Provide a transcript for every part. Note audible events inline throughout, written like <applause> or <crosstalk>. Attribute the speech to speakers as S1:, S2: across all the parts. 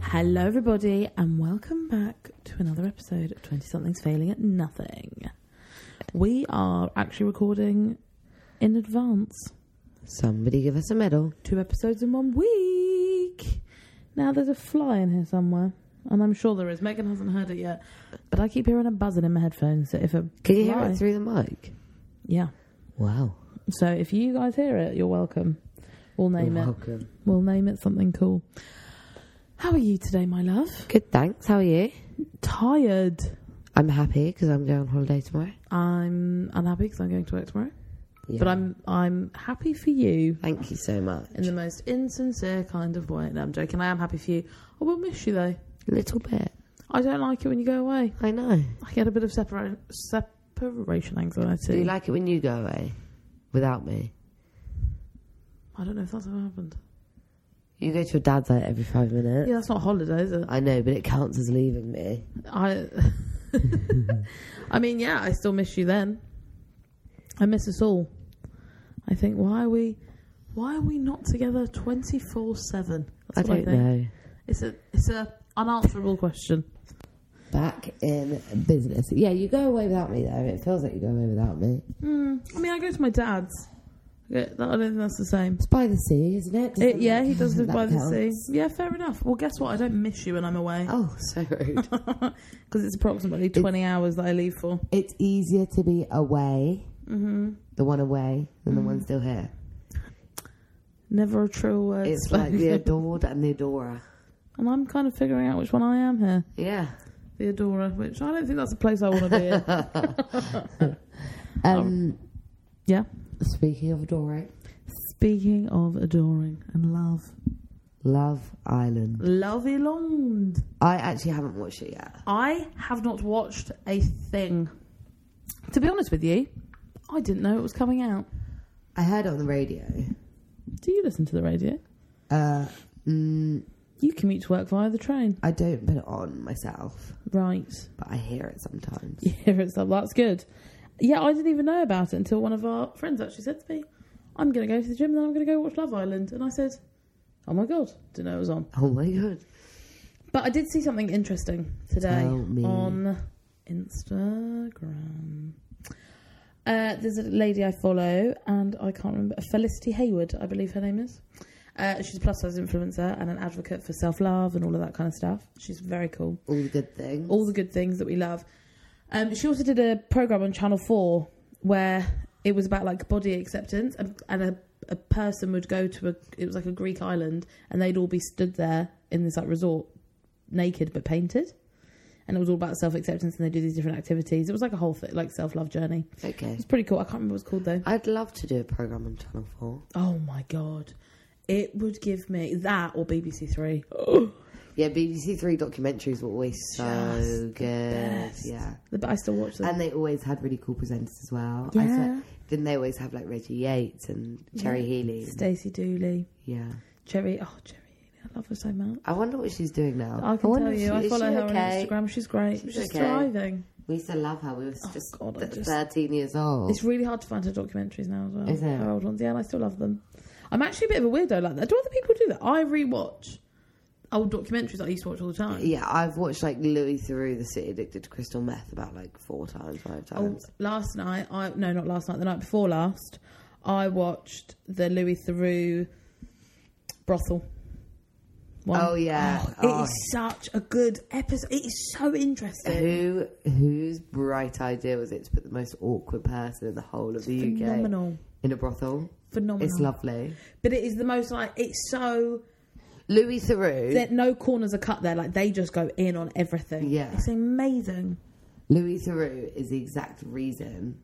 S1: Hello, everybody, and welcome back to another episode of 20 Something's Failing at Nothing. We are actually recording in advance
S2: Somebody give us a medal.
S1: two episodes in one week. Now, there's a fly in here somewhere, and I'm sure there is. Megan hasn't heard it yet, but I keep hearing a buzzing in my headphones. So if a
S2: Can you hear
S1: fly-
S2: it through the mic?
S1: Yeah.
S2: Wow.
S1: So if you guys hear it, you're welcome. We'll name
S2: You're
S1: it.
S2: welcome.
S1: We'll name it something cool. How are you today, my love?
S2: Good, thanks. How are you?
S1: Tired.
S2: I'm happy because I'm going on holiday tomorrow.
S1: I'm unhappy because I'm going to work tomorrow.
S2: Yeah.
S1: But I'm I'm happy for you
S2: Thank you so much.
S1: in the most insincere kind of way. No, I'm joking. I am happy for you. I will miss you though.
S2: A little bit.
S1: I don't like it when you go away.
S2: I know.
S1: I get a bit of separa- separation
S2: Do you
S1: anxiety.
S2: like it when you go away without me?
S1: I don't know if that's ever happened.
S2: You go to your dad's like every five minutes.
S1: Yeah, that's not holiday, is it?
S2: I know, but it counts as leaving me.
S1: I, <laughs> I mean, yeah, I still miss you then. I miss us all. I think why are we, why are we not together twenty four seven?
S2: I don't know.
S1: It's a it's a unanswerable question.
S2: Back in business. Yeah, you go away without me though. It feels like you go away without me.
S1: Hmm. I mean, I go to my dad's. Yeah, that- I don't think that's the same.
S2: It's by the sea, isn't it?
S1: It, yeah, he does live
S2: <laughs> That
S1: by the sea.
S2: counts.
S1: Yeah, fair enough. Well, guess what? I don't miss you when I'm away <laughs>
S2: Oh, <laughs> so rude.
S1: because it's approximately twenty hours that I leave for.
S2: it's easier to be away,
S1: Mm-hmm.
S2: the one away, than the one still here.
S1: Never a true word.
S2: It's like the
S1: spoken.
S2: adored and the adorer.
S1: <laughs> and I'm kind of figuring out which one I am here.
S2: Yeah.
S1: the Adora, which I don't think that's a place I want to be in.
S2: Um,
S1: yeah.
S2: speaking of adoring,
S1: <laughs> Speaking of adoring and love,
S2: Love Island.
S1: Love Island.
S2: I actually haven't watched it yet.
S1: I have not watched a thing. To be honest with you, I didn't know it was coming out.
S2: I heard it on the radio.
S1: Do you listen to the radio?
S2: Uh, mm,
S1: You commute to work via the train,
S2: I don't put it on myself,
S1: right?
S2: but I hear it sometimes.
S1: <laughs> Yeah, it's up. That's good. Yeah, I didn't even know about it until one of our friends actually said to me, "I'm going to go to the gym, and then I'm going to go watch Love Island." And I said, "Oh my god, didn't know it was on."
S2: <laughs> Oh my god.
S1: But I did see something interesting today
S2: Tell me.
S1: on Instagram. Uh, there's a lady I follow, and I can't remember Felicity Hayward, I believe her name is. Uh, she's a plus size influencer and an advocate for self love and all of that kind of stuff. She's very cool.
S2: All the good things.
S1: All the good things that we love. Um, she also did a program on Channel Four where it was about like body acceptance, and, and a, a person would go to a it was like a Greek island, and they'd all be stood there in this like resort, naked but painted, and it was all about self acceptance, and they do these different activities. It was like a whole thing, like self love journey.
S2: Okay.
S1: It's pretty cool. I can't remember what it's called though.
S2: I'd love to do a program on Channel 4.
S1: Oh my god, it would give me that or BBC Three.
S2: Yeah, BBC Three documentaries were always so
S1: Just the
S2: good.
S1: best.
S2: Yeah.
S1: But I still watch them.
S2: And they always had really cool presenters as well. I
S1: Yeah.
S2: said, didn't they always have like Reggie Yates and Cherry Healy?
S1: Stacey Dooley,
S2: Yeah.
S1: Cherry. Oh, Cherry, I love her so much.
S2: I wonder what she's doing now.
S1: I can
S2: wonder
S1: tell
S2: if
S1: you,
S2: Oh, she-
S1: I
S2: is
S1: follow
S2: she
S1: her
S2: okay?
S1: on Instagram. She's great. She's,
S2: She's okay.
S1: thriving.
S2: We used to love her. We were
S1: Oh,
S2: just,
S1: God, I
S2: th-
S1: just-
S2: 13 years old.
S1: It's really hard to find her documentaries now as well.
S2: Is it?
S1: Her old ones, yeah, and I still love them. I'm actually a bit of a weirdo like that. Do other people do that? I rewatch old documentaries that I used to watch all the time.
S2: Yeah, I've watched like Louis Theroux, The City Addicted to Crystal Meth, about like four times, five
S1: Oh,
S2: times.
S1: last night, I no, not last night. The night before last, I watched the Louis Theroux brothel. one.
S2: Oh, yeah.
S1: Oh, it
S2: Oh.
S1: is such a good episode. It is so interesting.
S2: Who whose bright idea was it to put the most awkward person in the whole of the
S1: Phenomenal.
S2: UK in a brothel?
S1: Phenomenal.
S2: It's lovely.
S1: But it is the most like it's so
S2: Louis Theroux.
S1: that no corners are cut there. Like they just go in on everything.
S2: Yeah.
S1: it's amazing.
S2: Louis Theroux is the exact reason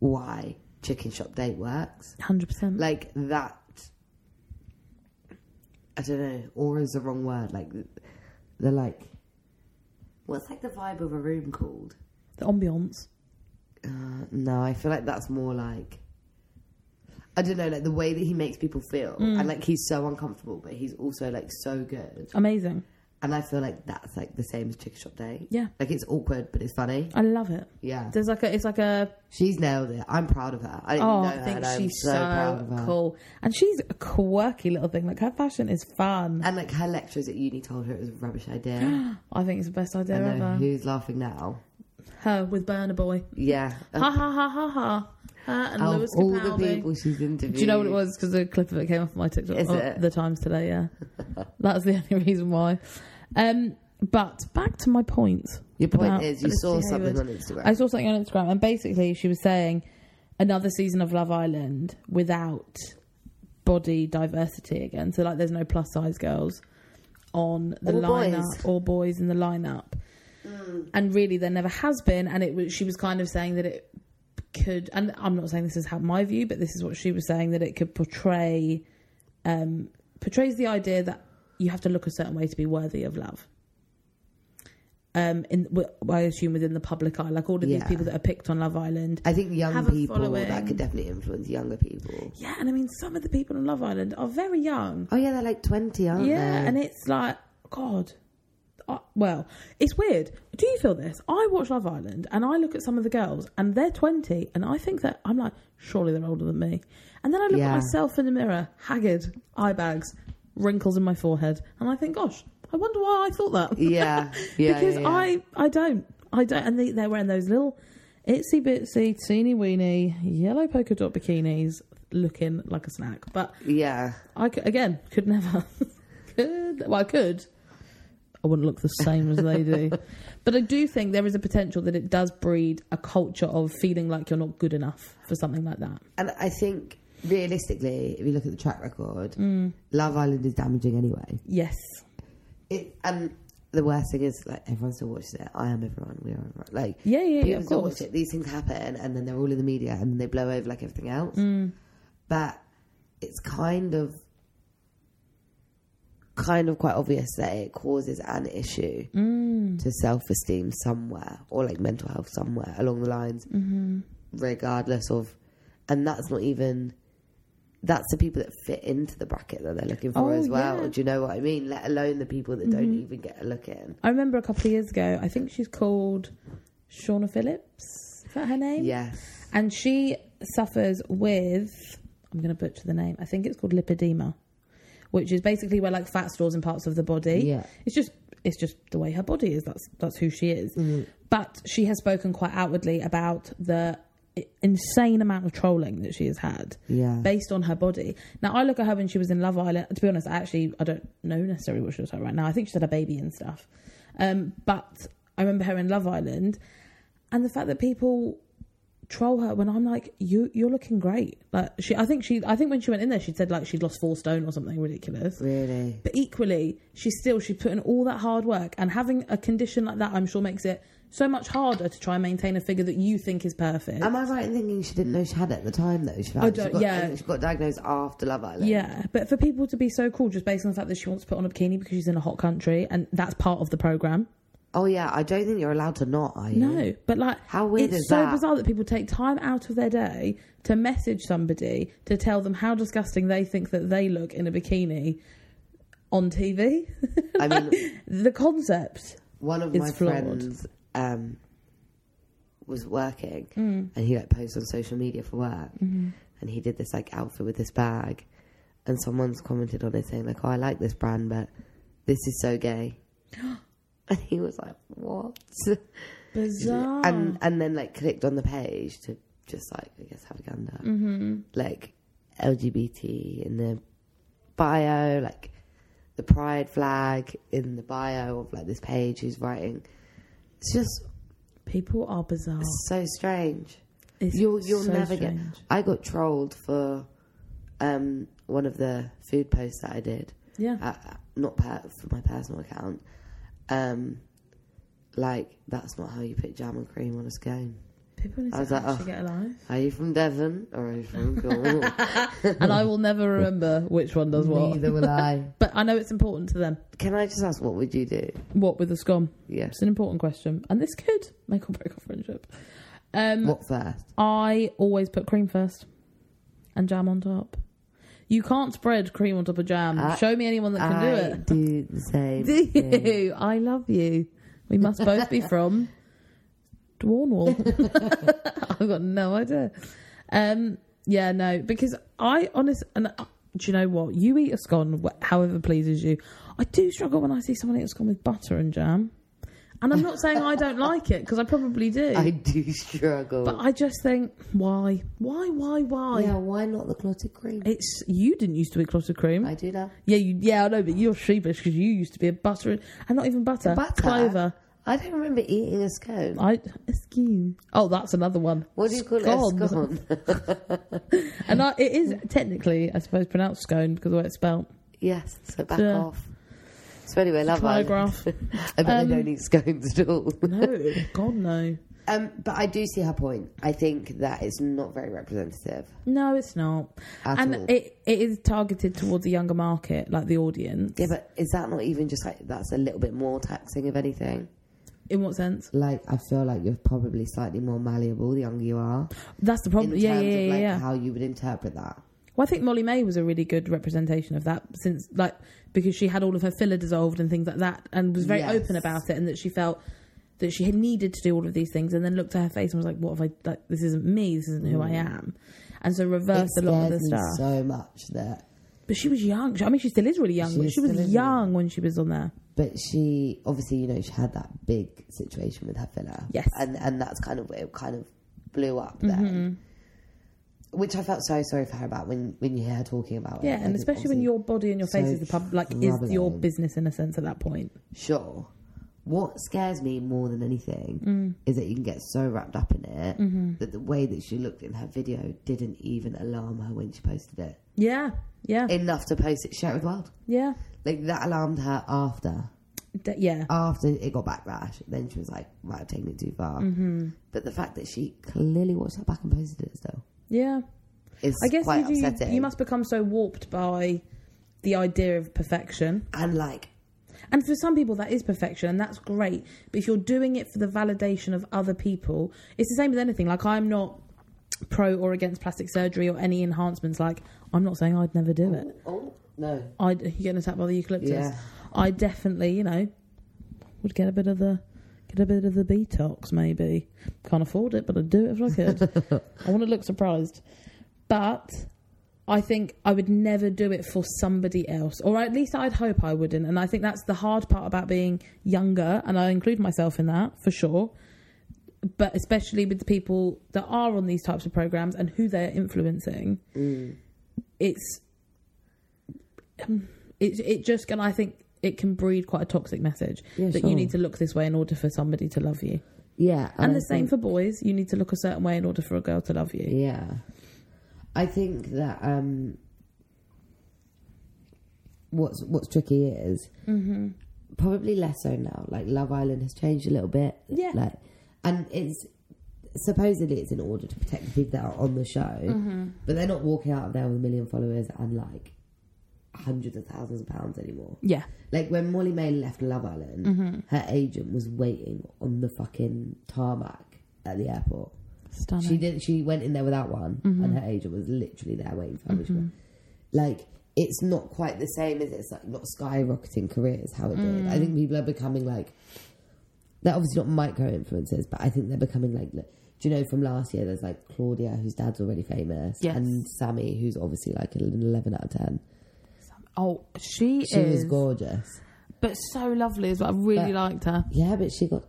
S2: why Chicken Shop Date works.
S1: Hundred percent.
S2: Like that. I don't know. Aura is the wrong word. Like they're like. What's like the vibe of a room called?
S1: The ambiance.
S2: Uh, no, I feel like that's more like. I don't know, like the way that he makes people feel, and like he's so uncomfortable, but he's also like so good,
S1: Amazing.
S2: And I feel like that's like the same as Chicken Shop Day.
S1: Yeah.
S2: Like it's awkward, but it's funny.
S1: I love it.
S2: Yeah.
S1: There's like a, it's like a,
S2: She's nailed it. I'm proud of her. I didn't
S1: oh,
S2: know
S1: I
S2: her,
S1: think
S2: and I'm
S1: she's
S2: so, proud of
S1: so
S2: her.
S1: cool. And she's a quirky little thing. Like her fashion is fun.
S2: And like her lecturers at uni told her it was a rubbish
S1: <gasps>
S2: idea.
S1: I think it's the best idea
S2: and then
S1: ever.
S2: who's laughing now?
S1: Her with Burner Boy. <laughs>
S2: Yeah.
S1: Ha ha ha ha ha. Her and
S2: Out of
S1: Lewis
S2: all
S1: Capaldi.
S2: the people she's interviewed.
S1: Do you know what it was? Because the clip of it came off my TikTok
S2: Is
S1: oh,
S2: it?
S1: the Times today.
S2: <laughs>
S1: Yeah, that's the only reason why. Um, but back to my point.
S2: Your point
S1: about
S2: is you
S1: Felicity
S2: saw something
S1: Hayward.
S2: on Instagram.
S1: I saw something on Instagram, and basically she was saying another season of Love Island without body diversity again. So like, there's no plus size girls on the
S2: Or boys. Mm.
S1: lineup or boys in the lineup, and really there never has been. And it was she was kind of saying that it could, and I'm not saying this is how my view, but this is what she was saying that it could portray um, portrays the idea that you have to look a certain way to be worthy of love. Um, in w- I assume within the public eye, like all of these
S2: Yeah.
S1: people that are picked on Love Island.
S2: I think young
S1: Have a
S2: people that
S1: following.
S2: could definitely influence younger people.
S1: Yeah, and I mean, some of the people on Love Island are very young.
S2: Oh yeah, they're like twenty, aren't
S1: yeah,
S2: they?
S1: and <laughs> it's like God. I, well, it's weird. Do you feel this? I watch Love Island and I look at some of the girls and they're 20 and I think that I'm like, surely they're older than me. And then I look
S2: Yeah.
S1: at myself in the mirror, haggard, eye bags, wrinkles in my forehead, and I think, gosh, I wonder why I thought that.
S2: yeah, yeah.
S1: because
S2: yeah, yeah.
S1: I, I don't. I don't. And they, they're wearing those little itsy bitsy, teeny weeny, yellow polka dot bikinis looking like a snack. But
S2: yeah.
S1: I c- again could never. <laughs> could well, I could. I wouldn't look the same as they do, but I do think there is a potential that it does breed a culture of feeling like you're not good enough for something like that.
S2: And I think realistically, if you look at the track record,
S1: Mm.
S2: Love Island is damaging anyway.
S1: Yes,
S2: It and the worst thing is like everyone still watches it. I am everyone. We are everyone. Like
S1: yeah, yeah, yeah.
S2: people
S1: Of
S2: still watch
S1: course,
S2: it. These things happen, and then they're all in the media, and then they blow over like everything else.
S1: Mm.
S2: But it's kind of kind of quite obvious that it causes an issue
S1: Mm.
S2: to self-esteem somewhere or like mental health somewhere along the lines
S1: Mm-hmm.
S2: regardless of and that's not even that's the people that fit into the bracket that they're looking for
S1: Oh,
S2: as well
S1: yeah. Mm-hmm.
S2: do you know what i mean let alone the people that don't even get a look in
S1: I remember a couple of years ago. I think she's called Shauna Phillips. Is that her name?
S2: yes
S1: and she suffers with I'm going to butcher the name. I think it's called lipedema, which is basically where like fat stores in parts of the body.
S2: Yeah.
S1: it's just it's just the way her body is. That's that's who she is. But she has spoken quite outwardly about the i- insane amount of trolling that she has had
S2: yeah
S1: based on her body. Now I look at her when she was in Love Island. To be honest, I actually I don't know necessarily what she looks like right now. I think she's had a baby and stuff. Um, but I remember her in Love Island, and the fact that people troll her when I'm like, you you're looking great. Like she, I think she, I think when she went in there, she said like she'd lost four stone or something ridiculous.
S2: really
S1: But equally, she's still she's put in all that hard work, and having a condition like that, I'm sure makes it so much harder to try and maintain a figure that you think is perfect.
S2: Am I right in thinking she didn't know she had it at the time though? She, found-
S1: I
S2: she
S1: don't-
S2: got,
S1: yeah.
S2: I think she got diagnosed after Love Island.
S1: Yeah, but for people to be so cool just based on the fact that she wants to put on a bikini because she's in a hot country and that's part of the program.
S2: Oh yeah, I don't think you're allowed to not. Are you?
S1: No, but like,
S2: Mm. How weird
S1: it's
S2: is
S1: so
S2: that?
S1: bizarre that people take time out of their day to message somebody to tell them how disgusting they think that they look in a bikini on TV.
S2: I mean,
S1: <laughs> the concept.
S2: one of
S1: It's
S2: my
S1: flawed.
S2: friends um, was working, and he like posted on social media for work, and he did this like outfit with this bag, and someone's commented on it saying like, "Oh, I like this brand, but this is so gay," and he was like, "What?" <laughs>
S1: Bizarre.
S2: and and then like clicked on the page to just like I guess have a gander, like LGBT in the bio, like the pride flag in the bio of like this page who's writing. It's just
S1: people are bizarre.
S2: so strange.
S1: It's
S2: you'll you'll
S1: so
S2: never
S1: strange.
S2: get. I got trolled for um, one of the food posts that I did
S1: Yeah.
S2: uh, not per, for my personal account. Um, like that's not how you put jam and cream on a scone.
S1: people need to
S2: I was like,
S1: actually
S2: oh.
S1: get
S2: <laughs>
S1: alive.
S2: Are you from Devon or are
S1: <laughs>
S2: you from Cornwall?
S1: and I will never remember which one does what.
S2: Neither will I.
S1: But I know it's important to them.
S2: Can I just ask what would you do?
S1: What with the scum?
S2: Yes.
S1: It's an important question, and this could make or break a friendship. Um,
S2: What first?
S1: I always put cream first and jam on top. You can't spread cream on top of jam.
S2: I-
S1: Show me anyone that can
S2: I
S1: do it.
S2: do the same.
S1: Do
S2: thing.
S1: you? I love you. We must both be
S2: <laughs>
S1: from Dwarnwall. <laughs> I've got no idea. Um, yeah, no, because I honestly, and uh, do you know what? You eat a scone wh- however pleases you. I do struggle when I see someone eat a scone with butter and jam, and I'm not saying I don't like it because I probably do,
S2: I do struggle.
S1: but I just think why, why, why, why?
S2: yeah, why not the clotted cream?
S1: It's you didn't used to eat clotted cream.
S2: I do now.
S1: Yeah, you, yeah, I know, but you're sheepish because you used to be a butter and and not even butter,
S2: Butter?
S1: clover.
S2: I don't remember eating a scone.
S1: I skew. Oh, that's another one.
S2: What do you call it? A scone? <laughs>
S1: And I, it is technically, I suppose, pronounced scone because of the way it's spelled.
S2: yes, so back
S1: Yeah.
S2: off. So anyway, Love
S1: Telegraph.
S2: Island. <laughs> I bet they don't eat scones at all.
S1: Um, No, God no.
S2: <laughs> Um, but I do see her point. I think that it's not very representative.
S1: No, it's not.
S2: At
S1: and
S2: all.
S1: it it is targeted towards the younger market, like the audience.
S2: Yeah, but is that not even just like that's a little bit more taxing of anything?
S1: In what sense?
S2: Like I feel like you're probably slightly more malleable the younger you are.
S1: That's the
S2: In
S1: problem. Yeah,
S2: terms
S1: yeah,
S2: of
S1: yeah,
S2: like
S1: yeah.
S2: how you would interpret that.
S1: Well, I think Molly May was a really good representation of that, since like because she had all of her filler dissolved and things like that, and was very
S2: Yes.
S1: open about it, and that she felt that she had needed to do all of these things, and then looked at her face and was like, "What have I? Like, this isn't me. This isn't who I
S2: Mm.
S1: am." And so reversed a lot of the
S2: me
S1: stuff.
S2: so much that,
S1: But she was young. I mean, she still is really young.
S2: She
S1: but
S2: is
S1: she was
S2: still is
S1: young when she was on there.
S2: but she obviously you know she had that big situation with her filler.
S1: Yes.
S2: and and that's kind of it. Kind of blew up then. Which I felt so sorry for her about when, when you hear her talking about it.
S1: Yeah, and
S2: Like,
S1: especially when
S2: obviously-
S1: your body and your face
S2: so
S1: is the pub, like is your
S2: troubling.
S1: business in a sense at that point.
S2: sure. What scares me more than
S1: Mm.
S2: anything is that you can get so wrapped up in it
S1: Mm-hmm.
S2: that the way that she looked in her video didn't even alarm her when she posted
S1: <laughs>
S2: it.
S1: Yeah, yeah,
S2: Enough to post it, share it with the world.
S1: yeah,
S2: Like that alarmed her after.
S1: D- yeah.
S2: After it got backlash, then she was like, "Right, I've taken it too far." Mm-hmm. But the fact that she clearly watched that back and posted it still
S1: Yeah.
S2: is
S1: I guess
S2: quite
S1: you, do,
S2: upsetting.
S1: you must become so warped by the idea of perfection.
S2: and like,
S1: And for some people, that is perfection, and that's great. But if you're doing it for the validation of other people, it's the same with anything. Like, I'm not pro or against plastic surgery or any enhancements. Like, I'm not saying I'd never do it.
S2: oh no,
S1: I you get attacked by the eucalyptus.
S2: Yeah.
S1: I definitely, you know, would get a bit of the get a bit of the detox. Maybe can't afford it, but I'd do it if I could. I want to look surprised, but I think I would never do it for somebody else, or at least I'd hope I wouldn't. And I think that's the hard part about being younger, and I include myself in that for sure. But especially with the people that are on these types of programs and who they're influencing,
S2: Mm.
S1: it's um, it it just can I think it can breed quite a toxic message
S2: Yeah,
S1: that
S2: sure.
S1: you need to look this way in order for somebody to love you.
S2: yeah,
S1: And
S2: I
S1: the same for boys, you need to look a certain way in order for a girl to love you.
S2: Yeah. I think that um what's what's tricky is probably less so now. Like Love Island has changed a little bit.
S1: Yeah.
S2: Like and it's supposedly it's in order to protect the people that are on the show. But they're not walking out of there with a million followers and like hundreds of thousands of pounds anymore.
S1: Yeah.
S2: Like when Molly May left Love Island, her agent was waiting on the fucking tarmac at the airport.
S1: Stunning.
S2: She did. She went in there without one, and her agent was literally there waiting for her. when she went. Like it's not quite the same as it's like not skyrocketing careers how it did. I think people are becoming like they're obviously not micro influencers, but I think they're becoming like. li- Do you know from last year? There's like Claudia, whose dad's already famous,
S1: Yes.
S2: and Sammy, who's obviously like an eleven out of ten.
S1: oh, she,
S2: She was gorgeous.
S1: but so lovely as well. I really
S2: But-
S1: liked her.
S2: Yeah, but she got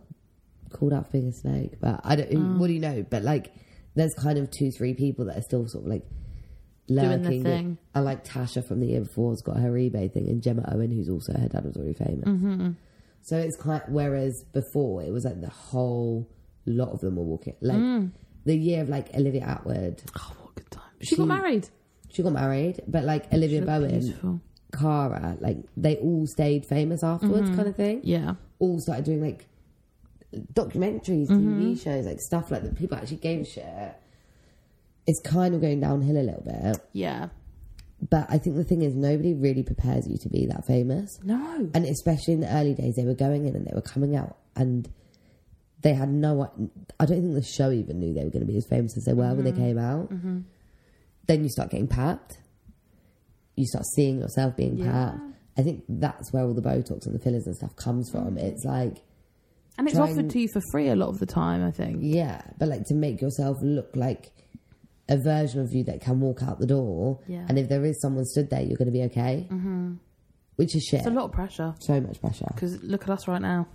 S2: called out for being a snake. But I don't.
S1: Oh.
S2: What do you know? But like, there's kind of two, three people that are still sort of like
S1: Doing their
S2: lurking.
S1: thing.
S2: And like Tasha from the year before's got her eBay thing, and Gemma Owen, who's also her dad was already famous.
S1: Mm-hmm.
S2: So it's quite. Whereas before it was like the whole lot of them were walking. Like
S1: Mm.
S2: the year of like Olivia Atwood,
S1: Oh, what a good time. She, got
S2: She-
S1: married.
S2: she got married, but like Olivia
S1: looked beautiful.
S2: Bowen, Cara, like they all stayed famous afterwards,
S1: Mm-hmm.
S2: kind of thing
S1: Yeah.
S2: all started doing like documentaries, TV shows, like stuff like that. People actually gave a shit. It's kind of going downhill a little bit,
S1: Yeah.
S2: but I think the thing is, nobody really prepares you to be that famous.
S1: No.
S2: And especially in the early days, they were going in and they were coming out, and they had no. I don't think the show even knew they were going to be as famous as they were when they came out. Then you start getting papped. you start seeing yourself being
S3: Yeah.
S2: part. I think that's where all the Botox and the fillers and stuff comes from. It's like,
S1: And it's
S2: Try
S1: offered
S2: and-
S1: to you for free a lot of the time, I think.
S2: yeah, but like to make yourself look like a version of you that can walk out the door.
S1: Yeah.
S2: And if there is someone stood there, you're going to be okay. Mm-hmm. Which is shit.
S1: It's a lot of pressure
S2: so much pressure.
S1: because look at us right now.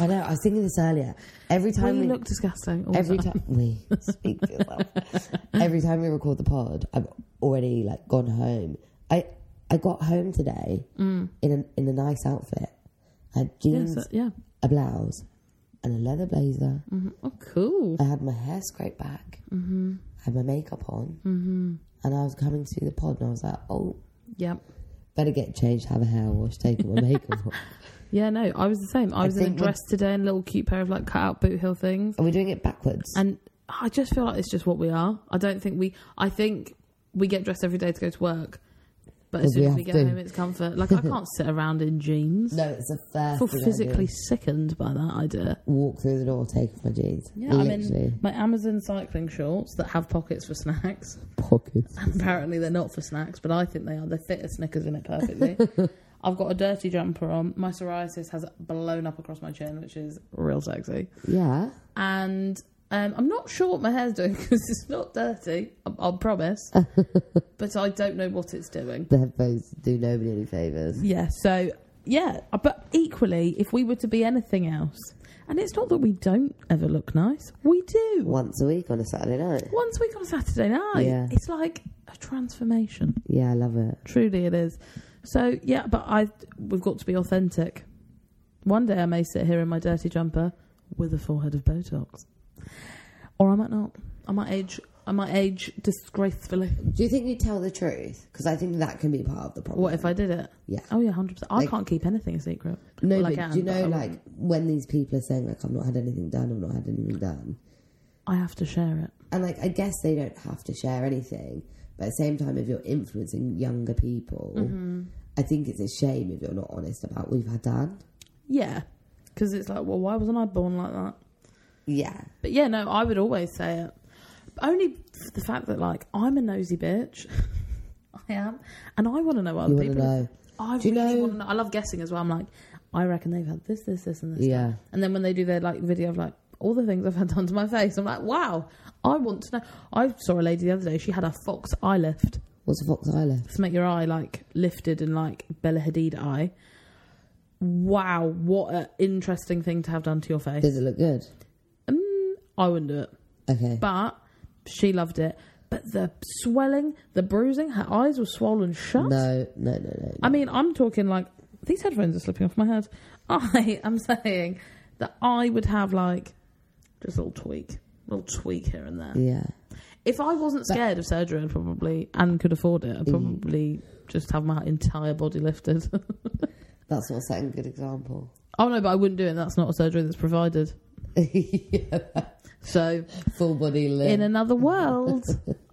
S2: I know. I was thinking this earlier. Every time
S1: we
S2: we
S1: look disgusting. all the
S2: every
S1: time. <laughs>
S2: time we speak to yourself. every time we record the pod, I've already like gone home. I I got home today
S1: Mm.
S2: in an, in a nice outfit. I had
S1: Yeah,
S2: jeans,
S1: so, uh, yeah.
S2: a blouse, and a leather blazer.
S1: Mhm. Oh, cool.
S2: I had my hair scraped back. Mm-hmm. I had my makeup on, mm-hmm. and I was coming to the pod, and I was like, oh.
S1: Yeah.
S2: Better get changed, have a hair wash, take my
S1: <laughs>
S2: makeup off.
S1: Yeah, no, I was the same. I
S2: I
S1: was in a
S2: think
S1: dress today and a little cute pair of like cut out boot heel things.
S2: Are we doing it backwards?
S1: And I just feel like it's just what we are. I don't think we, I think we get dressed every day to go to work. But as
S2: Because we
S1: soon as we
S2: have
S1: get
S2: to.
S1: home, it's comfort. Like,
S2: <laughs>
S1: I can't sit around in jeans.
S2: no, it's the first.
S1: I feel
S2: thing I do.
S1: physically sickened by that idea.
S2: walk through the door, take off my jeans.
S1: Yeah, I'm
S2: Literally.
S1: in my Amazon cycling shorts that have pockets for snacks. <laughs>
S2: pockets.
S1: Apparently, they're not for snacks, but I think they are. They fit a Snickers in it perfectly.
S2: <laughs>
S1: I've got a dirty jumper on. My psoriasis has blown up across my chin, which is real sexy.
S2: Yeah.
S1: And um, I'm not sure what my hair's doing <laughs> because it's not dirty. I- I'll <laughs> promise, but I don't know what it's doing.
S2: The headphones do nobody any favours.
S1: Yeah. So yeah, uh, but equally, if we were to be anything else, and it's not that we don't ever look nice, we do.
S2: Once a week on a Saturday night.
S1: Once a week on a Saturday night,
S2: Yeah.
S1: it's like a transformation.
S2: Yeah, I love it.
S1: Truly, it is. So yeah, but I we've got to be authentic. One day I may sit here in my dirty jumper with a forehead of Botox, or I might not. I might age. I might age disgracefully.
S2: Do you think you tell the truth? Because I think that can be part of the problem.
S1: What if I did it?
S2: Yeah.
S1: Oh yeah, hundred percent. I
S2: Like-
S1: can't keep anything a secret.
S2: No,
S1: Well, I
S2: but
S1: can,
S2: do you
S1: but
S2: know,
S1: I
S2: like,
S1: wouldn't.
S2: when these people are saying, like, I've not had anything done, I've not had anything done.
S1: I have to share it.
S2: And, like, I guess they don't have to share anything. But at the same time, if you're influencing younger people,
S1: Mm-hmm.
S2: I think it's a shame if you're not honest about what you've had done.
S1: Yeah, because it's like, well, why wasn't I born like that?
S2: Yeah.
S1: But yeah, no, I would always say it. Only for the fact that like I'm a nosy bitch. <laughs> I am, and I want to know what
S2: You
S1: other
S2: want to
S1: people. are
S2: know.
S1: I
S2: Do
S1: really
S2: you know-
S1: want to know. I love guessing as well. I'm like, I reckon they've had this, this, this, and this.
S2: Yeah.
S1: And then when they do their like video of like all the things I've had done to my face, I'm like, wow, I want to know. I saw a lady the other day. She had a fox eye lift
S2: What's a fox eye left?
S1: to make your eye like lifted and like Bella Hadid eye. Wow, what an interesting thing to have done to your face.
S2: Does it look good?
S1: Mm, I wouldn't do it,
S2: Okay.
S1: but she loved it. But the swelling, the bruising, her eyes were swollen shut.
S2: No, no, no, no.
S1: I mean, I'm talking like these headphones are slipping off my head. I am saying that I would have like just a little tweak, a little tweak here and there.
S2: Yeah.
S1: If I wasn't scared of surgery, I'd probably and could afford it, I'd probably just have my entire body lifted. <laughs>
S2: That's not setting a good example. <laughs>
S1: oh no, but I wouldn't do it. That's not a surgery that's provided.
S2: yeah.
S1: So
S2: Full body limb.
S1: in another world,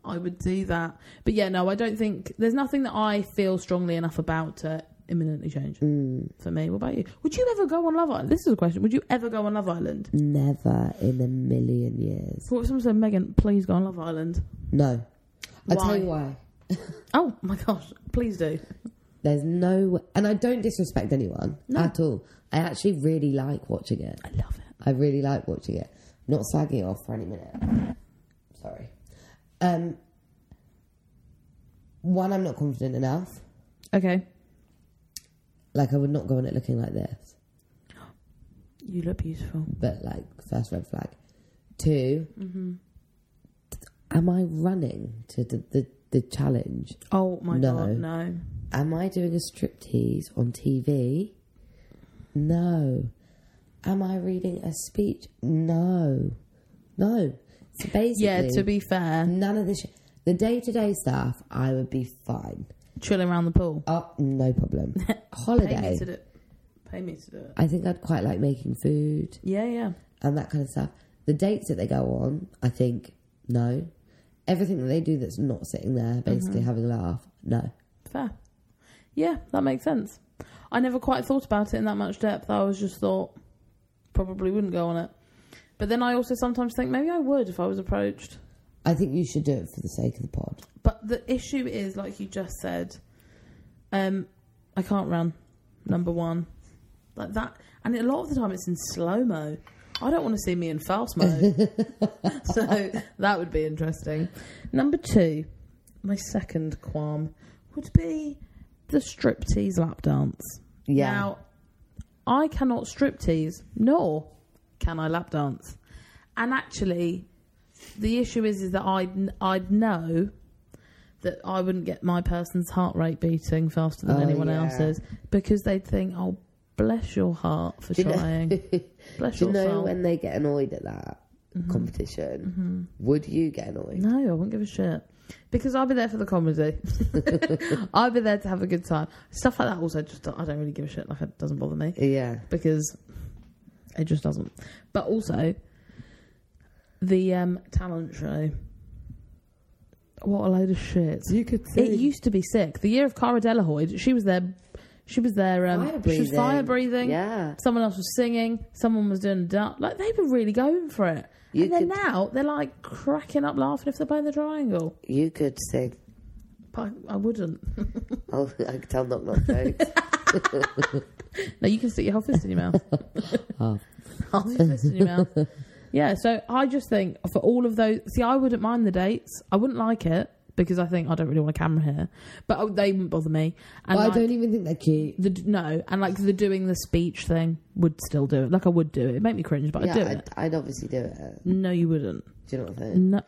S1: I would do that. But yeah, no, I don't think there's nothing that I feel strongly enough about to imminently change
S2: Mm,
S1: for me. What about you? Would you ever go on Love Island? This is a question. Would you ever go on Love Island?
S2: Never in a million years.
S1: What if someone said, Megan, please go on Love Island?
S2: No. I'll
S1: Why?
S2: tell you why.
S1: Oh my gosh, please do.
S2: There's no way. And I don't disrespect anyone at all. I actually really like watching it.
S1: I love it.
S2: I really like watching it. Not slagging it off for any minute. Sorry. Um, one, I'm not confident enough.
S1: Okay.
S2: Like, I would not go on it looking like this.
S1: You look beautiful.
S2: but like first red flag. 2
S1: Mm-hmm.
S2: am I running to the, the, the challenge?
S1: Oh my
S2: No.
S1: god, no.
S2: Am I doing a striptease on TV? No. Am I reading a speech? No. No. So basically,
S1: Yeah, to be fair,
S2: none of this. Sh- the day to day stuff, I would be fine.
S1: chilling around the pool.
S2: Oh,
S1: <laughs>
S2: no problem.
S1: Pay
S2: Holiday.
S1: me to do it. Pay me to do it.
S2: I think I'd quite like making food.
S1: Yeah, yeah.
S2: and that kind of stuff. The dates that they go on, I think, no. Everything that they do that's not sitting there, basically
S1: Mm-hmm.
S2: having a laugh, no.
S1: Fair. Yeah, that makes sense. I never quite thought about it in that much depth. I was just thought probably wouldn't go on it. But then I also sometimes think maybe I would if I was approached.
S2: I think you should do it for the sake of the pod.
S1: But the issue is, like you just said, Um, I can't run. Number one, like that, and a lot of the time it's in slow mo. I don't want to see me in fast mode, so that would be interesting. Number two, my second qualm would be the striptease lap dance.
S2: Yeah.
S1: Now, I cannot striptease, nor can I lap dance. And actually, the issue is is that I'd, I'd know that I wouldn't get my person's heart rate beating faster than
S2: Oh,
S1: anyone
S2: yeah.
S1: else's because they'd think, oh, bless your heart for
S2: Do you know-
S1: trying.
S2: <laughs>
S1: bless
S2: Do you
S1: your
S2: know
S1: soul. Mm-hmm.
S2: when they get annoyed at that competition? Would you get annoyed?
S1: No, I wouldn't give a shit. Because I'll be there for the
S2: <laughs>
S1: comedy. <laughs> I'll be there to have a good time. Stuff like that also just don't- I don't really give a shit. Like it doesn't bother me.
S2: Yeah.
S1: because it just doesn't. But also, the um, talent show. What a load of shit!
S2: You could
S1: It used to be sick. The year of Cara Delehoyd, she was there. She was there. Um,
S2: Fire
S1: She was
S2: breathing.
S1: fire breathing.
S2: Yeah.
S1: Someone else was singing. Someone was doing a dance. Like they were really going for it.
S2: You
S1: and then
S2: could-
S1: now they're like cracking up laughing if they're playing the triangle.
S2: You could sing.
S1: But I, I wouldn't.
S2: Oh, <laughs> I could tell knock knock jokes.
S1: No, you can stick your whole fist in your
S2: <laughs>
S1: mouth.
S2: Ah.
S1: <laughs> Half your fist in your mouth. Yeah, so I just think for all of those, see, I wouldn't mind the dates. I wouldn't like it because I think I don't really want a camera here, but oh, they wouldn't bother me. And like,
S2: even think they're cute.
S1: The, no, and like the doing the speech thing would still do it. Like I would do it. It'd make me cringe, but I'd do
S2: yeah, I'd,
S1: it.
S2: I'd obviously do it.
S1: No, you wouldn't.
S2: Do you know what I'm saying?
S1: No,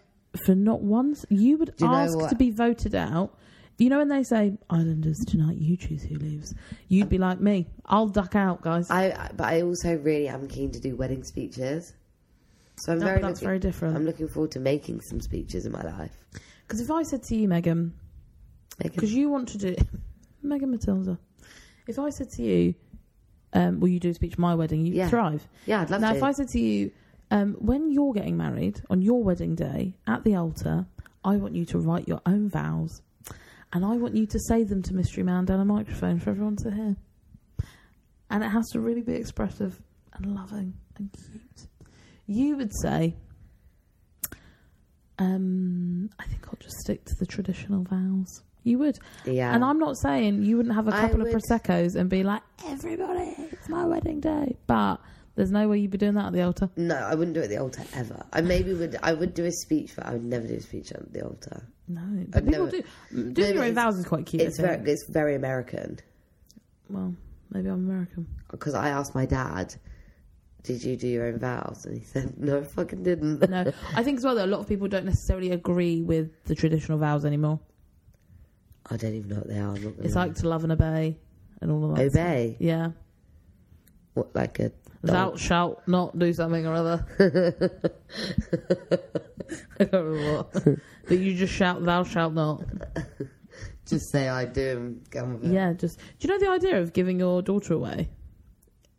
S1: for not once, you would
S2: Do you know
S1: ask
S2: what-
S1: to be voted out. You know when they say Islanders tonight, you choose who leaves. You'd be like me. I'll duck out, guys.
S2: I, I- but I also really am keen to do wedding speeches. So I'm
S1: No,
S2: very
S1: but that's
S2: looking,
S1: very different.
S2: I'm looking forward to making some speeches in my life.
S1: Because if I said to you, Megan,
S2: Making-
S1: because you want to do <laughs> Megan Matilda, if I said to you, um, "Will you do a speech at my wedding?" You
S2: Yeah.
S1: thrive.
S2: yeah, I'd love
S1: now,
S2: to.
S1: if I said to you, um, "When you're getting married on your wedding day at the altar, I want you to write your own vows, and I want you to say them to Mystery Man down a microphone for everyone to hear, and it has to really be expressive and loving and cute," you would say. Um, I think I'll just stick to the traditional vows. You would.
S2: yeah.
S1: And I'm not saying you wouldn't have a
S2: I
S1: couple of
S2: would-
S1: proseccos and be like, "Everybody, it's my wedding day," but there's no way you'd be doing that at the altar.
S2: No, I wouldn't do it at the altar ever. I maybe would. I would do a speech, but I would never do a speech at the altar.
S1: No, but
S2: no,
S1: people
S2: but-
S1: do. Doing
S2: but
S1: your own
S2: it's-
S1: vows is quite cute. I
S2: it's
S1: think.
S2: very, it's very American.
S1: Well, maybe I'm American.
S2: Because I asked my dad, "Did you do your own vows?" And he said, "No, I fucking didn't."
S1: No, I think as well that a lot of people don't necessarily agree with the traditional vows anymore.
S2: <laughs> I don't even know what they are. I'm not gonna
S1: It's
S2: lie.
S1: like
S2: <laughs>
S1: to love and obey and all of that.
S2: Mm. obey,
S1: Yeah,
S2: <laughs> what like a
S1: thou shalt not do something or
S2: <laughs>
S1: other. <laughs> I don't remember what. But you just shout, "Thou shalt not."
S2: just say I do and go with it.
S1: Yeah, just do you know the idea of giving your daughter away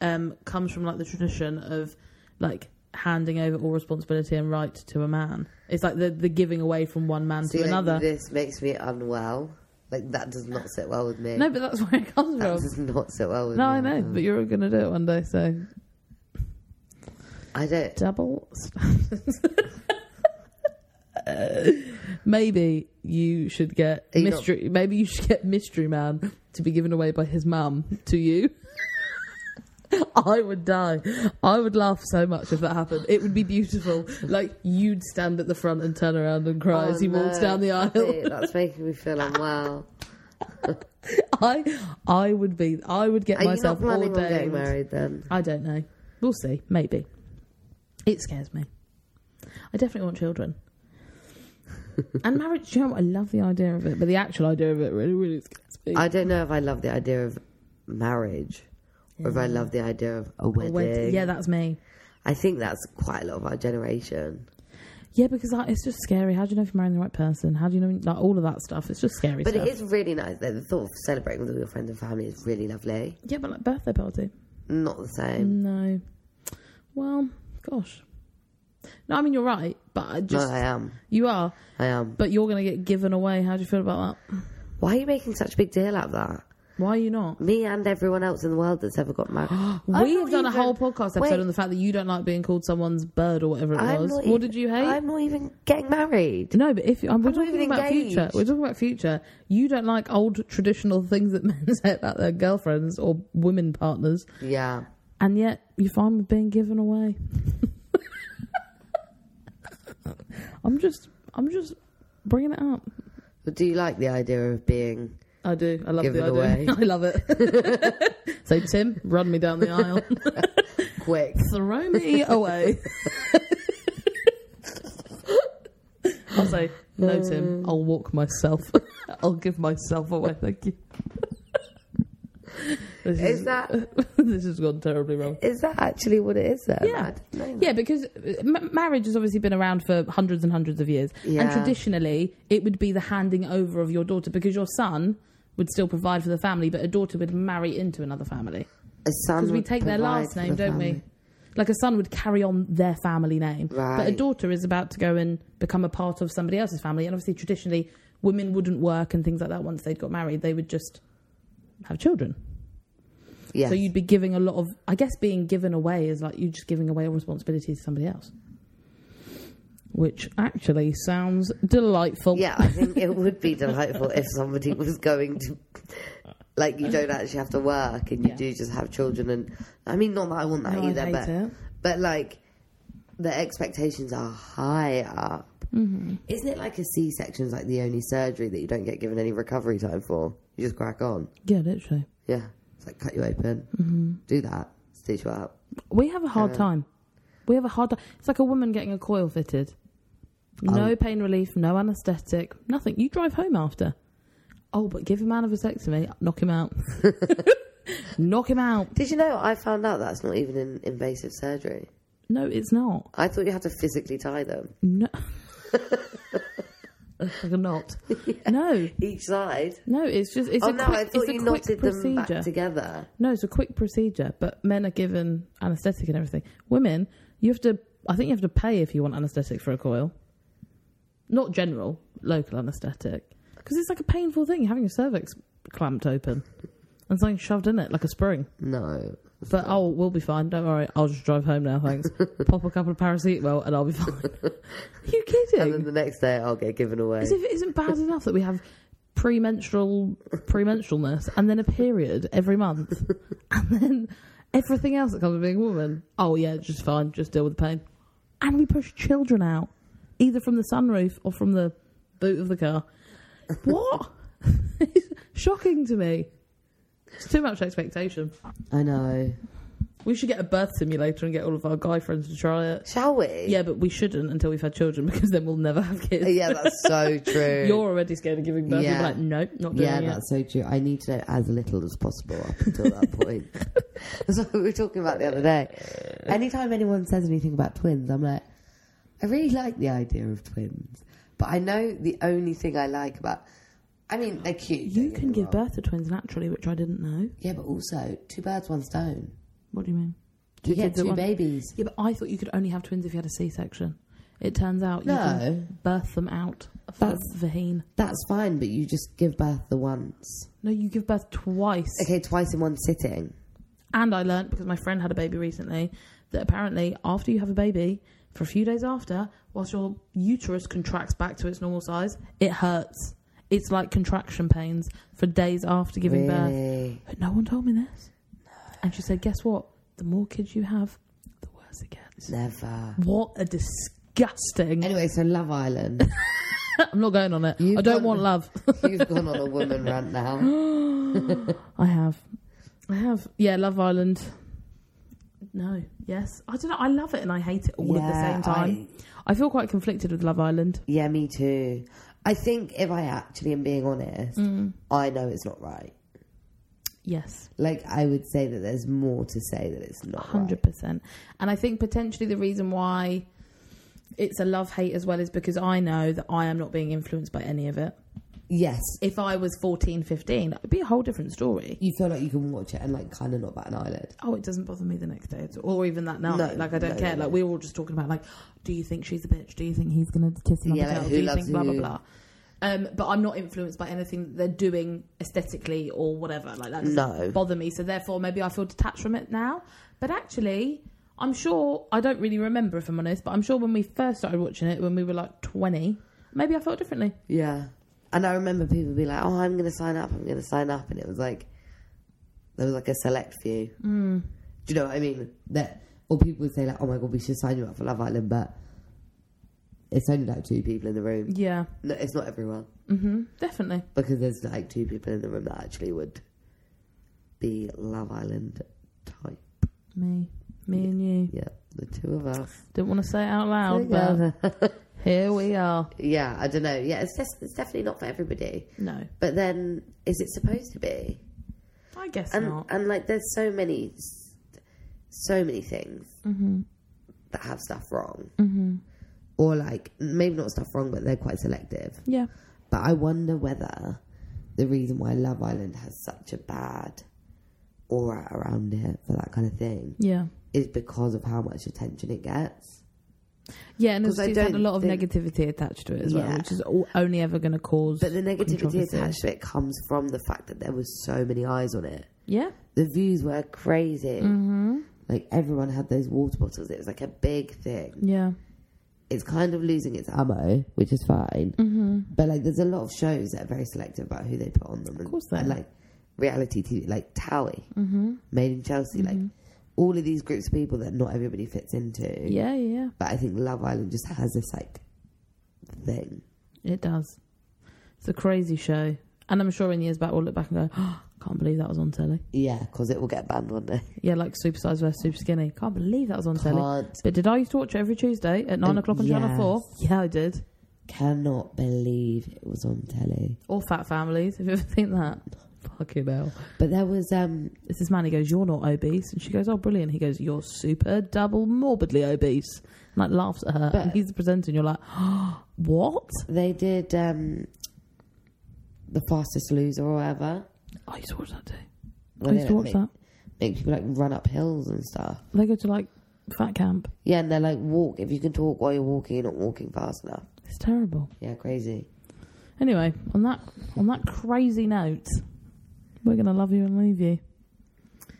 S1: um, comes from like the tradition of like handing over all responsibility and right to a man. It's like the the giving away from one man
S2: See,
S1: to
S2: like,
S1: another.
S2: This makes me unwell. Like that does not sit well with me.
S1: No, but that's where it comes
S2: that
S1: from.
S2: does not sit well with
S1: No, I
S2: me.
S1: know, but you're gonna do it one day, so
S2: I don't.
S1: double standards. <laughs> maybe you should get
S2: Are you not-
S1: mystery. Maybe you should get mystery man to be given away by his mum to you. <laughs> I would die. I would laugh so much if that happened. It would be beautiful. Like you'd stand at the front and turn around and cry
S2: Oh,
S1: as he walks
S2: no.
S1: down the aisle.
S2: See, That's making me feel unwell.
S1: <laughs> I, I would be. I would get
S2: Are you not
S1: myself
S2: planning on getting
S1: ordained.
S2: married then?
S1: I don't know. We'll see. Maybe. It scares me. I definitely want
S2: <laughs>
S1: children. and marriage, do you know what? I love the idea of it, but the actual idea of it really, really scares me.
S2: I don't know if I love the idea of marriage or if I love the idea of a
S1: A
S2: wedding.
S1: wedding- Yeah, that's me.
S2: I think that's quite a lot of our generation.
S1: Yeah, because like, it's just scary. How do you know if you're marrying the right person? How do you know, like, all of that stuff? It's just scary
S2: But
S1: stuff.
S2: it is really nice. Though. The thought of celebrating with all your friends and family is really lovely.
S1: Yeah, but like birthday party. Mm,
S2: Not the same.
S1: No. Well, gosh. No, I mean, you're right, but I just,
S2: no, I am.
S1: you are,
S2: I am.
S1: but you're going to get given away. How do you feel about that?
S2: Why are you making such a big deal out of that?
S1: Why are you not?
S2: Me and everyone else in the world that's ever
S1: <gasps>
S2: got married.
S1: We have
S2: not
S1: done a
S2: even-
S1: whole podcast episode
S2: Wait.
S1: on the fact that you don't like being called someone's bird or whatever it
S2: I'm
S1: was.
S2: not
S1: What
S2: even-
S1: did you hate?
S2: I'm not even getting married.
S1: no, but if um, we're
S2: I'm not
S1: talking
S2: even
S1: about future,
S2: engaged.
S1: we're talking about future. You don't like old traditional things that <laughs> men say about their girlfriends or women partners,
S2: Yeah.
S1: and yet you're fine with being given away. <laughs> I'm just, I'm just bringing it up.
S2: But do you like the idea of being?
S1: I do. I love
S2: Give
S1: the
S2: it
S1: idea.
S2: away.
S1: <laughs> I love it.
S2: <laughs>
S1: so Tim, run me down the aisle. <laughs>
S2: Quick.
S1: Throw me away. <laughs> I'll say, no, Tim, I'll walk myself. <laughs> I'll give myself away. Thank you. <laughs> this
S2: Is that
S1: <laughs> this has gone terribly wrong.
S2: is that actually what it is? Then?
S1: Yeah.
S2: I didn't know that.
S1: Yeah, because uh, m- marriage has obviously been around for hundreds and hundreds of years. And
S2: Yeah.
S1: traditionally, it would be the handing over of your daughter because your son would still provide for the family, but a daughter would marry into another family.
S2: A son
S1: Because we
S2: would
S1: take their
S2: provide
S1: last
S2: for
S1: name,
S2: the
S1: don't we?
S2: family.
S1: Like a son would carry on their family name. But a
S2: Right.
S1: daughter is about to go and become a part of somebody else's family. And obviously, traditionally, women wouldn't work and things like that once they'd got married. They would just have children.
S2: Yes.
S1: So you'd be giving a lot of, I guess, being given away is like you're just giving away a responsibility to somebody else, which actually sounds delightful.
S2: Yeah, I think it would be delightful if
S1: <laughs>
S2: somebody was going to, like, you don't actually have to work and you
S1: Yeah.
S2: do just have children. And I mean, not that I want that
S1: No, I
S2: either,
S1: hate
S2: but
S1: it.
S2: but like, the expectations are high up.
S1: Mm-hmm.
S2: Isn't it like a C section is like the only surgery that you don't get given any recovery time for? You just crack on.
S1: Yeah, literally.
S2: Yeah, it's like cut you open,
S1: Mm-hmm.
S2: do that, stitch you up.
S1: We have a hard
S2: Yeah.
S1: time. We have a hard time. It's like a woman getting a coil fitted. No pain relief, no anaesthetic, nothing. You drive home after. Oh, but give a man a vasectomy, knock him
S2: <laughs>
S1: out. knock him out.
S2: Did you know I found out that's not even an invasive surgery?
S1: No, it's not.
S2: I thought you had to physically tie them
S1: No. <laughs> It's like a
S2: <laughs>
S1: knot. No,
S2: each side.
S1: no, it's just it's
S2: oh
S1: a
S2: no,
S1: quick,
S2: I thought
S1: it's a
S2: you
S1: quick
S2: knotted them
S1: procedure.
S2: back together.
S1: No, it's a quick procedure, but men are given anaesthetic and everything. Women, you have to, I think you have to pay if you want anaesthetic for a coil. Not general, local anaesthetic. Because it's like a painful thing, having your cervix clamped open and something shoved in it like a spring.
S2: No.
S1: But oh, we'll be fine. Don't worry. I'll just drive home now,
S2: <laughs>
S1: thanks. Pop a couple of paracetamol and I'll be fine. are you
S2: And then
S1: kidding?
S2: the next day I'll get given away.
S1: As if it isn't bad enough that we have premenstrual premenstrualness and then a period every month <laughs> and then everything else that comes with being a woman oh yeah just fine just deal with the pain and we push children out either from the sunroof or from the boot of the car what <laughs> it's shocking to me it's too much expectation
S2: I know.
S1: we should get a birth simulator and get all of our guy friends to try it
S2: Shall we?
S1: yeah but we shouldn't until we've had children <laughs> because then we'll never have kids
S2: Yeah, that's
S1: <laughs>
S2: so true.
S1: you're already scared of giving birth. You're
S2: Yeah.
S1: like, nope, not doing
S2: yeah,
S1: it.
S2: that's so true. I need to know as little as possible up
S1: <laughs>
S2: until that point. <laughs> That's what we were talking about the other day. Anytime anyone says anything about twins, I'm like, I really like the idea of twins. But I know the only thing I like about I mean, they're cute.
S1: You
S2: don't get
S1: can
S2: me
S1: give
S2: wrong.
S1: birth to twins naturally, which I didn't know.
S2: Yeah, but also two birds, one stone.
S1: What do you mean?
S2: You get
S1: kids at
S2: two
S1: once.
S2: babies.
S1: Yeah, but I thought you could only have twins if you had a C-section. It turns out you
S2: No.
S1: can birth them out of
S2: That's-
S1: the vagina.
S2: That's fine, but you just give birth the once.
S1: No, you give birth twice.
S2: Okay, twice in one sitting.
S1: And I learnt because my friend had a baby recently that apparently after you have a baby, for a few days after, whilst your uterus contracts back to its normal size, it hurts. It's like contraction pains for days after giving birth.
S2: Really?
S1: But no one told me this. And she said, guess what? The more kids you have, the worse it gets.
S2: Never.
S1: What a disgusting.
S2: Anyway, so Love Island.
S1: <laughs> I'm not going on it.
S2: You've
S1: I don't
S2: gone-
S1: want love.
S2: You've gone on a woman rant now.
S1: I have. I have. Yeah, Love Island. No. Yes. I don't know. I love it and I hate it all at the
S2: Yeah,
S1: same time. I... feel quite conflicted with Love Island.
S2: Yeah, me too. I think if I actually am being honest,
S1: Mm.
S2: I know it's not right.
S1: Yes.
S2: Like, I would say that there's more to say that it's not
S1: hundred
S2: right.
S1: percent. And I think potentially the reason why it's a love hate as well is because I know that I am not being influenced by any of it.
S2: Yes.
S1: If I was 14, 15, it'd be a whole different story.
S2: You feel like you can watch it and, like, kind of not bat an eyelid.
S1: Oh, it doesn't bother me the next day, at all, or even that night.
S2: No,
S1: like I don't
S2: no,
S1: care.
S2: no,
S1: Like
S2: no.
S1: we were all just talking about, like, do you think she's a bitch? Do you think he's gonna kiss him on
S2: Yeah,
S1: the
S2: like,
S1: tail?
S2: who
S1: Do you
S2: loves
S1: think blah blah
S2: who?
S1: blah? Um, but I'm not influenced by anything that they're doing aesthetically or whatever. Like that doesn't
S2: No.
S1: bother me. So therefore, maybe I feel detached from it now. But actually, I'm sure I don't really remember if I'm honest. But I'm sure when we first started watching it, when we were like 20, maybe I felt differently.
S2: Yeah. And I remember people be like, "Oh, I'm going to sign up. I'm going to sign up," and it was like there was like a select few. Mm. Do you know what I mean? That or people would say like, "Oh my god, we should sign you up for Love Island," but it's only like two people in the room.
S1: Yeah,
S2: No, it's not everyone
S1: hmm definitely.
S2: because there's like two people in the room that actually would be Love Island type.
S1: Me, me and you.
S2: Yeah, the two of us.
S1: Didn't want to say it out loud, but here we are.
S2: <laughs> yeah, I don't know. Yeah, it's just it's definitely not for everybody.
S1: No,
S2: But then, is it supposed to be?
S1: I guess
S2: and
S1: not.
S2: and like there's so many s- so many things
S1: Mm-hmm.
S2: that have stuff wrong or like maybe not stuff wrong but they're quite selective
S1: Yeah,
S2: but i wonder whether the reason why love island has such a bad aura around it for that kind of thing
S1: yeah,
S2: is because of how much attention it gets
S1: yeah. And
S2: 'Cause
S1: it's,
S2: I
S1: it's had a
S2: don't
S1: lot of
S2: think-
S1: negativity attached to it as well,
S2: Yeah.
S1: which is all, only ever going to cause.
S2: but the negativity
S1: Controversy.
S2: attached to it comes from the fact that there was so many eyes on it
S1: yeah, Mm-hmm.
S2: the views were crazy
S1: Mm.
S2: like everyone had those water bottles it was like a big thing
S1: yeah.
S2: it's kind of losing its ammo, which is fine. Mm-hmm. But like, there's a lot of shows that are very selective about who they put on them. Of
S1: course they
S2: and,
S1: are.
S2: like reality TV, like Towie, mm-hmm. Made in Chelsea,
S1: Mm-hmm.
S2: like all of these groups of people that not everybody fits into.
S1: Yeah, yeah,
S2: But I think Love Island just has this like thing.
S1: yeah. It does. It's a crazy show, and I'm sure in years back we'll look back and go, <gasps> oh, "Can't believe that was on telly."
S2: Yeah, because it will get banned one day.
S1: Yeah, like Supersize versus Super Skinny. Can't believe that was on telly.
S2: Can't,
S1: But did I used to watch it every Tuesday at nine
S2: Oh,
S1: o'clock on Channel Four? Yeah, I did.
S2: cannot believe it was on telly.
S1: Or Fat Families, if you ever think that. Fucking hell.
S2: But there was um,
S1: It's this man, he goes, You're not obese. And she goes, Oh, brilliant. He goes, You're super double morbidly obese. And like laughs at her. and
S2: But-
S1: he's the presenter, and you're like, <gasps> oh, What?
S2: they did um, the fastest loser or whatever.
S1: I used to watch that too.
S2: where
S1: I
S2: they,
S1: used to watch
S2: like, make-
S1: that.
S2: make people like run up hills and stuff.
S1: They go to like fat camp.
S2: Yeah, and they're like walk. If you can talk while you're walking, you're not walking fast enough.
S1: It's terrible.
S2: Yeah, crazy.
S1: Anyway, on that on that crazy note, we're gonna love you and leave you.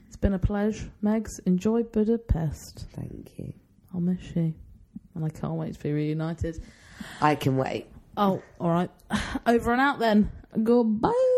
S1: It's been a pleasure, Megs. Enjoy Budapest.
S2: Thank you.
S1: I'll miss you, and I can't wait to be reunited.
S2: I can wait.
S1: <laughs> Oh, all right. Over and out then. Goodbye.